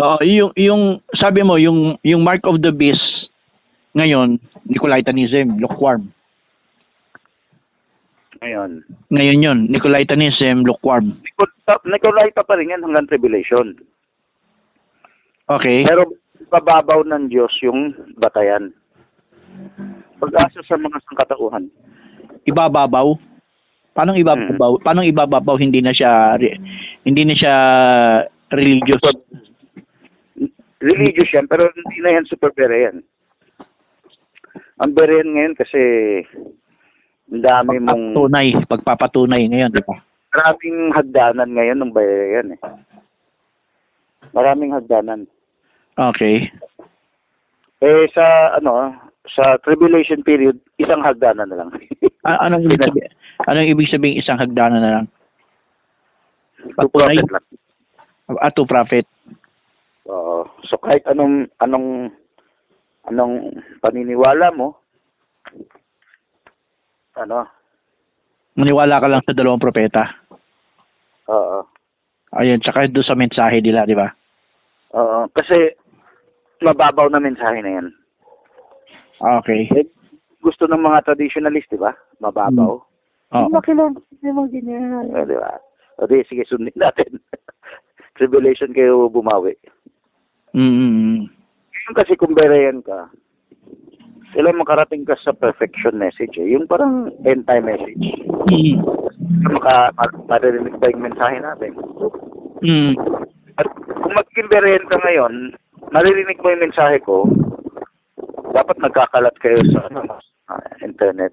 Oo, yung yung sabi mo yung yung mark of the beast ngayon Nicolaitanism, lukewarm. Ngayon. Ngayon yun, Nicolaitanism, lukewarm. Nicol- Nicolaita pa rin yan hanggang tribulation. Okay? Pero pababaw ng Diyos yung batayan. Pag-asa sa mga sangkatauhan. Ibababaw. Paano ibababaw? Paano ibababaw hindi na siya re- hindi na siya religious? Religious yan, pero hindi na yan super berean. Ang berean ngayon kasi ang dami mong Pagpapatunay, pagpapatunay ngayon, di ba? maraming hagdanan ngayon ng berean eh. Maraming hagdanan. Okay. Eh sa ano, sa tribulation period, isang hagdanan na lang. A- anong ibig sabihin? Anong ibig sabihin isang hagdanan na lang? Two prophet lang. Ato prophet. Oo. So kahit anong anong anong paniniwala mo ano? Maniwala ka lang sa dalawang propeta. Oo. Ayun, tsaka doon sa mensahe nila, di ba? Oo, kasi mababaw na mensahe na 'yan. Okay. Eh, gusto ng mga traditionalist, 'di ba? Mababaw. Oo. Hindi makilala ng Hmm. mga ganyan. Eh, 'Di ba? O di, sige, sundin natin. Tribulation kayo bumawi. Mm-mm. Yung kasi kung berayan ka, kailan makarating ka sa perfection message eh. Yung parang end time message. Mm. maka ma- maririnig ba yung mensahe natin? Mm. At kung magkimberayan ka ngayon, maririnig mo yung mensahe ko, dapat nagkakalat kayo sa ano, ah, internet.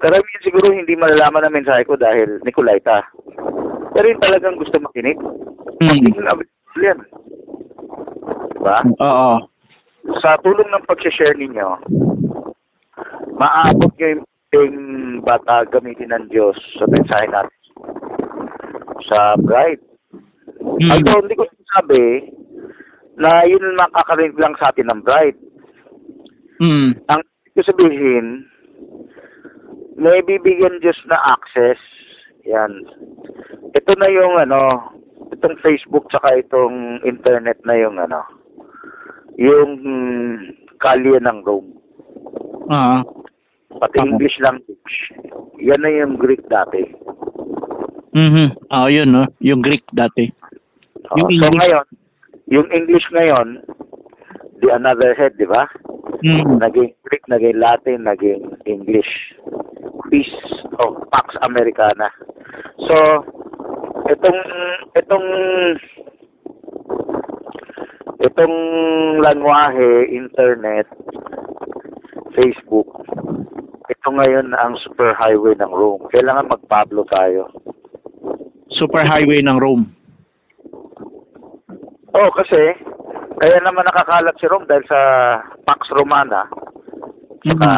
Karamihan siguro hindi malalaman ang mensahe ko dahil Nicolaita. Pero yung talagang gusto makinig, Mm. hindi nila available yan. Diba? Oo. Sa tulong ng pag-share ninyo, maaabot nyo yung, yung bata gamitin ng Diyos sa mensahe natin sa bride. Mm. Although, hindi ko sinasabi na yun ang makakarinig lang sa atin ng bride. Mm. Ang ibig ko sabihin, may bibigyan Diyos na access. Yan. Ito na yung ano, itong Facebook tsaka itong internet na yung ano, yung mm, kalye ng Rome. Ah. Pati Tama. English language. Yan na yung Greek dati. Mhm. Ah, yun, no? Yung Greek dati. Oo. Yung Oh, so English- ngayon, yung English ngayon, the another head, di ba? Mm. naging Greek, naging Latin, naging English. Peace of Pax Americana. So, itong itong itong lanwahe, internet, Facebook, ito ngayon ang super highway ng Rome. Kailangan magpablo tayo. Super highway ng Rome. Oo, Oh, kasi kaya naman nakakalat si Rome dahil sa Pax Romana, Mm. saka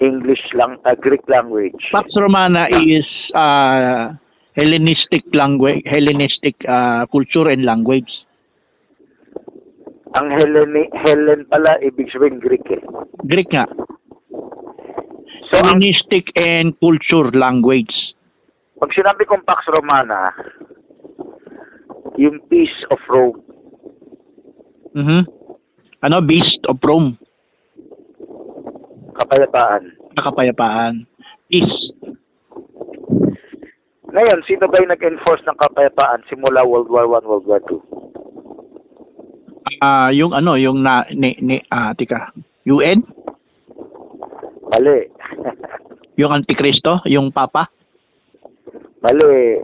English lang, ah, Greek language. Pax Romana is uh, Hellenistic language, Hellenistic uh, culture and language. Ang Helen, Helen pala, ibig sabihin Greek eh. Greek nga. So, ang, Hellenistic and culture language. pag sinabi kong Pax Romana, yung Peace of Rome, Mhm. Ano? Beast of Rome. kapayapaan. Nakapayapaan. Peace. Ngayon, sino ba yung nag-enforce ng kapayapaan simula World War One, World War Two? Ah, yung ano, yung na, ni, ni, ah, tika. UN? Mali. Yung Antikristo? Yung Papa? Mali.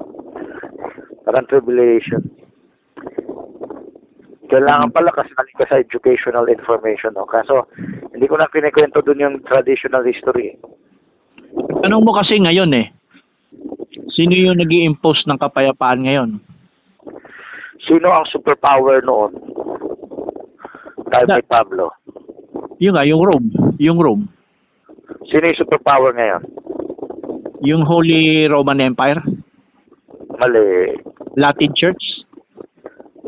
Parang tribulation. Kailangan pala kasali ka sa educational information. No? Kaso, hindi ko na kinikwento dun yung traditional history. eh. Tanong mo kasi ngayon eh. Sino yung nag impose ng kapayapaan ngayon? Sino ang superpower noon? Time ni Pablo. Yung nga, yung Rome. Yung Rome. Sino yung superpower ngayon? Yung Holy Roman Empire. Mali. Latin Church.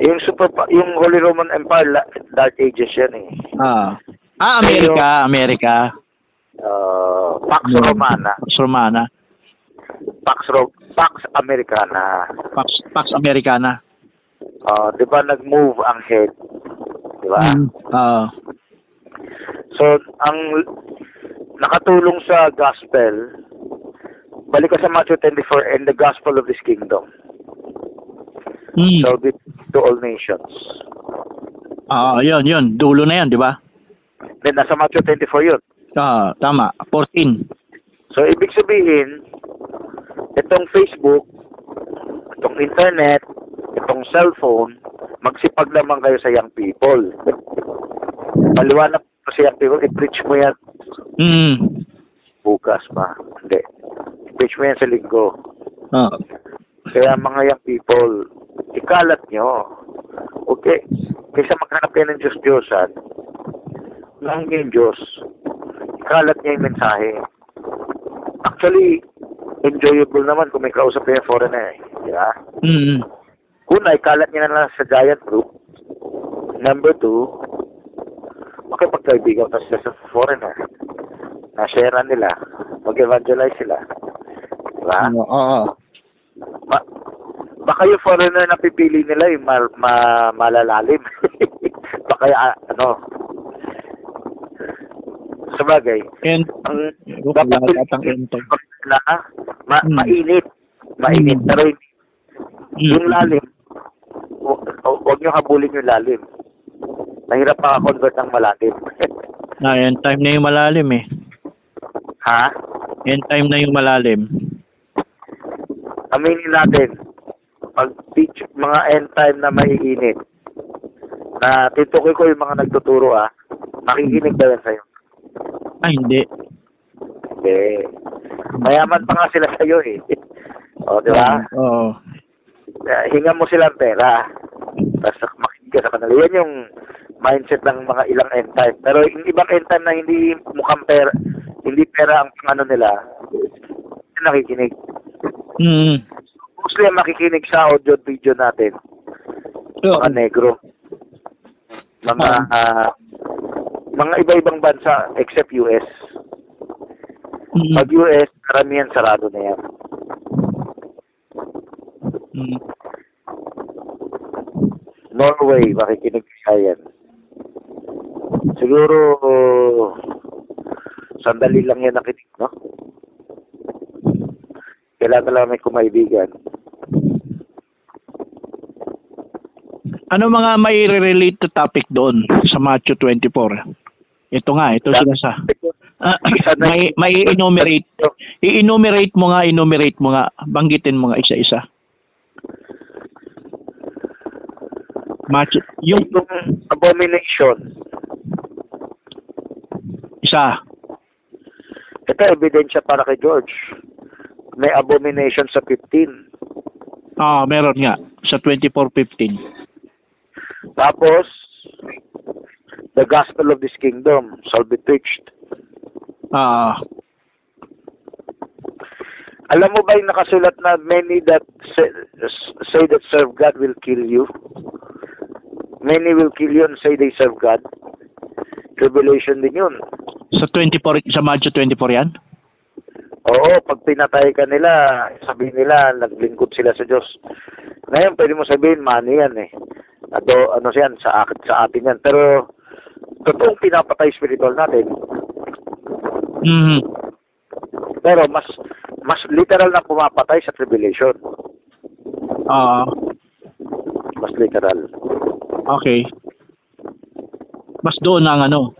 Yung super yung Holy Roman Empire la- Dark Ages yan eh. Ah, ah Amerika. Amerika. Uh, Pax Yun. Romana, Pax Romana. Pax Ro- Pax Americana. Pax, Pax Americana. Ah, 'di ba nag-move ang head? 'Di ba? Mm. Ah. So, ang nakatulong sa gospel, balik ka sa Matthew 24, and the gospel of this kingdom. Mm. So, be to all nations. Ah, yun, yun. Dulo na yun, di ba? Then, nasa Matthew 24 yun. Ah, tama. 14. So, ibig sabihin, itong Facebook, itong internet, itong cellphone, magsipag lamang kayo sa young people. Paliwanag ko sa young people, i-preach mo yan Mm. bukas pa. Hindi. I-preach mo yan sa linggo. Ah. Kaya mga young people, ikalat nyo. Okay. Kaysa maghanap kayo ng Diyos-Diyosan, lang yung Diyos, ikalat niya yung mensahe. Actually, enjoyable naman kung may kausap kayo yung foreigner. eh. Di ba? Mm. Una, ikalat niya na lang sa giant group. Number two, makipagkaibigan ka sila sa foreigner. Nasharean nila. Mag-evangelize sila. Diba? Oo. oo. ba, baka yung foreigner na pipili nila yung ma, ma- malalalim. baka yung, ah, ano, sabagay, And, ang Ewan ko, lahat at ang ento. na, ah, ma, Hmm. mainit, mainit, Hmm. pero yung, Mm. yung lalim, hu- hu- huwag nyo habulin yung lalim. Mahirap makakonvert ng malalim. Ah, end time na yung malalim eh. ha? End time na yung malalim. Aminin natin, pag teach, mga end time na maiinit, na titukoy ko yung mga nagtuturo ah, makikinig ba yan sa'yo? Ay, Ah, hindi. Hindi. Mayaman pa nga sila sa'yo eh. O, di ba? Oo. Eh, Hinga mo sila ang pera. Tapos makinig ka sa kanila. Yan yung mindset ng mga ilang end time. Pero yung ibang end time na hindi mukhang pera, hindi pera ang ano nila, yun nakikinig. Mm. Mostly ang makikinig sa audio at video natin, So, mga negro, mga ah, mga iba-ibang bansa except US. mm, Pag US, karamihan sarado na yan. mm. Norway, makikinig ka yan. Siguro, oh, sandali lang yan nakinig, no? Kailangan lang may kumaibigan. Ano mga may relate to topic doon sa Matthew 24? Ito nga, ito sila sa... Ah, may, may enumerate. I-enumerate mo nga, enumerate mo nga. Banggitin mo nga isa-isa. Matthew, yung Yung abomination, isa. ito ebidensya para kay George. May abomination sa 15. Ah, meron nga. Sa 24.15. Tapos, the gospel of this kingdom shall be preached Ah, Alam mo ba yung nakasulat na many that say, say that serve God will kill you? Many will kill you and say they serve God. Revelation din yun. sa 24, sa Matthew 24 yan? Oo, pag pinatay ka nila, sabihin nila, naglingkod sila sa Diyos. Ngayon, pwede mo sabihin, mani yan eh. Ado, ano siyan, sa, ak- sa atin yan. Pero, totoong pinapatay spiritual natin. Mm. Pero, mas, mas literal na pumapatay sa tribulation. Ah, Mas literal. okay. Mas doon ang ano.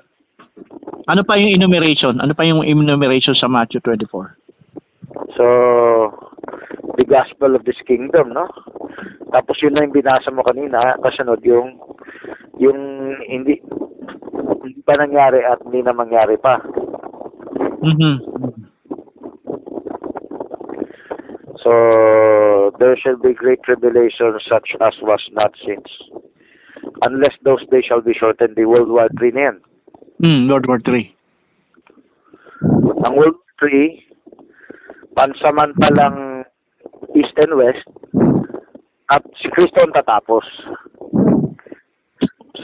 Ano pa yung enumeration? Ano pa yung enumeration sa Matthew 24? So, the gospel of this kingdom, no? Tapos yun na yung binasa mo kanina, kasunod yung yung hindi hindi pa nangyari at hindi na mangyari pa. Mhm. So, there shall be great tribulation such as was not since. Unless those days shall be shortened, the World War III na yan. Mm, World War 3. Ang World War III, pansamantalang East and West, at si Kristo ang tatapos.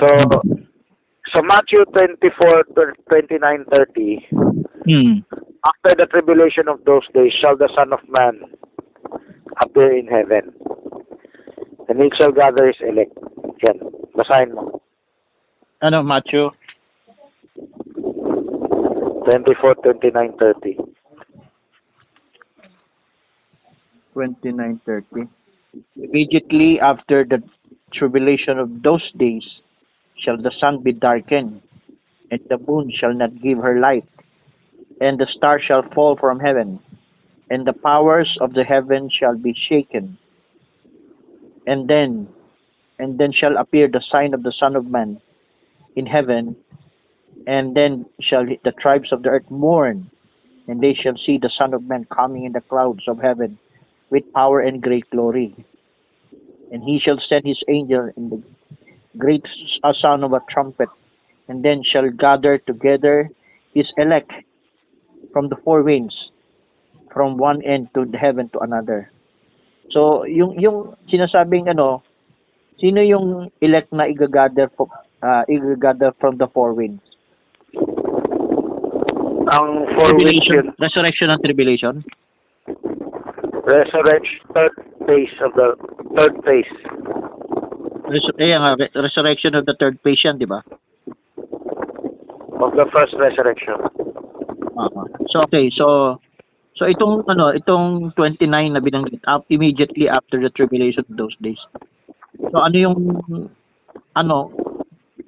So, sa Matthew 24, 29, 30, Mm. After the tribulation of those days shall the Son of Man appear in heaven. The need shall gather is elect. Yan. Basahin mo. Ano, Matthew? 24, 29, 30. 29:30. Immediately after the tribulation of those days shall the sun be darkened, and the moon shall not give her light, and the stars shall fall from heaven, and the powers of the heaven shall be shaken. And then and then shall appear the sign of the Son of Man in heaven, and then shall the tribes of the earth mourn, and they shall see the Son of Man coming in the clouds of heaven with power and great glory. And he shall send his angel in the great s- uh, sound of a trumpet, and then shall gather together his elect from the four winds, from one end to the heaven to another. So, yung yung sinasabing ano, sino yung elect na igagather po, ah, igagather from the four winds? Ang four weeks yun, resurrection and tribulation. resurrection, third phase of the, third phase. Resur- eh, nga, re- resurrection of the third patient, di ba? Of the first resurrection. Tama. So okay, so so itong ano, itong 29 na binanggit up immediately after the tribulation of those days. So ano yung ano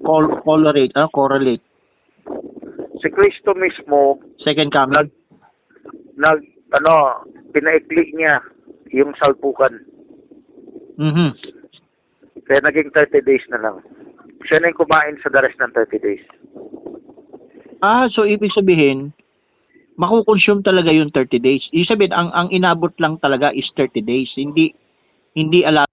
col- correlate, ano correlate Si Kristo mismo, second coming. nag, ano, pinaikli niya yung salpukan. Mhm. Kaya naging 30 days na lang. Siya na yung kumain sa the rest ng 30 days. Ah, so ibig sabihin makukonsume talaga yung 30 days. Ibig sabihin ang ang inabot lang talaga is 30 days. Hindi hindi ala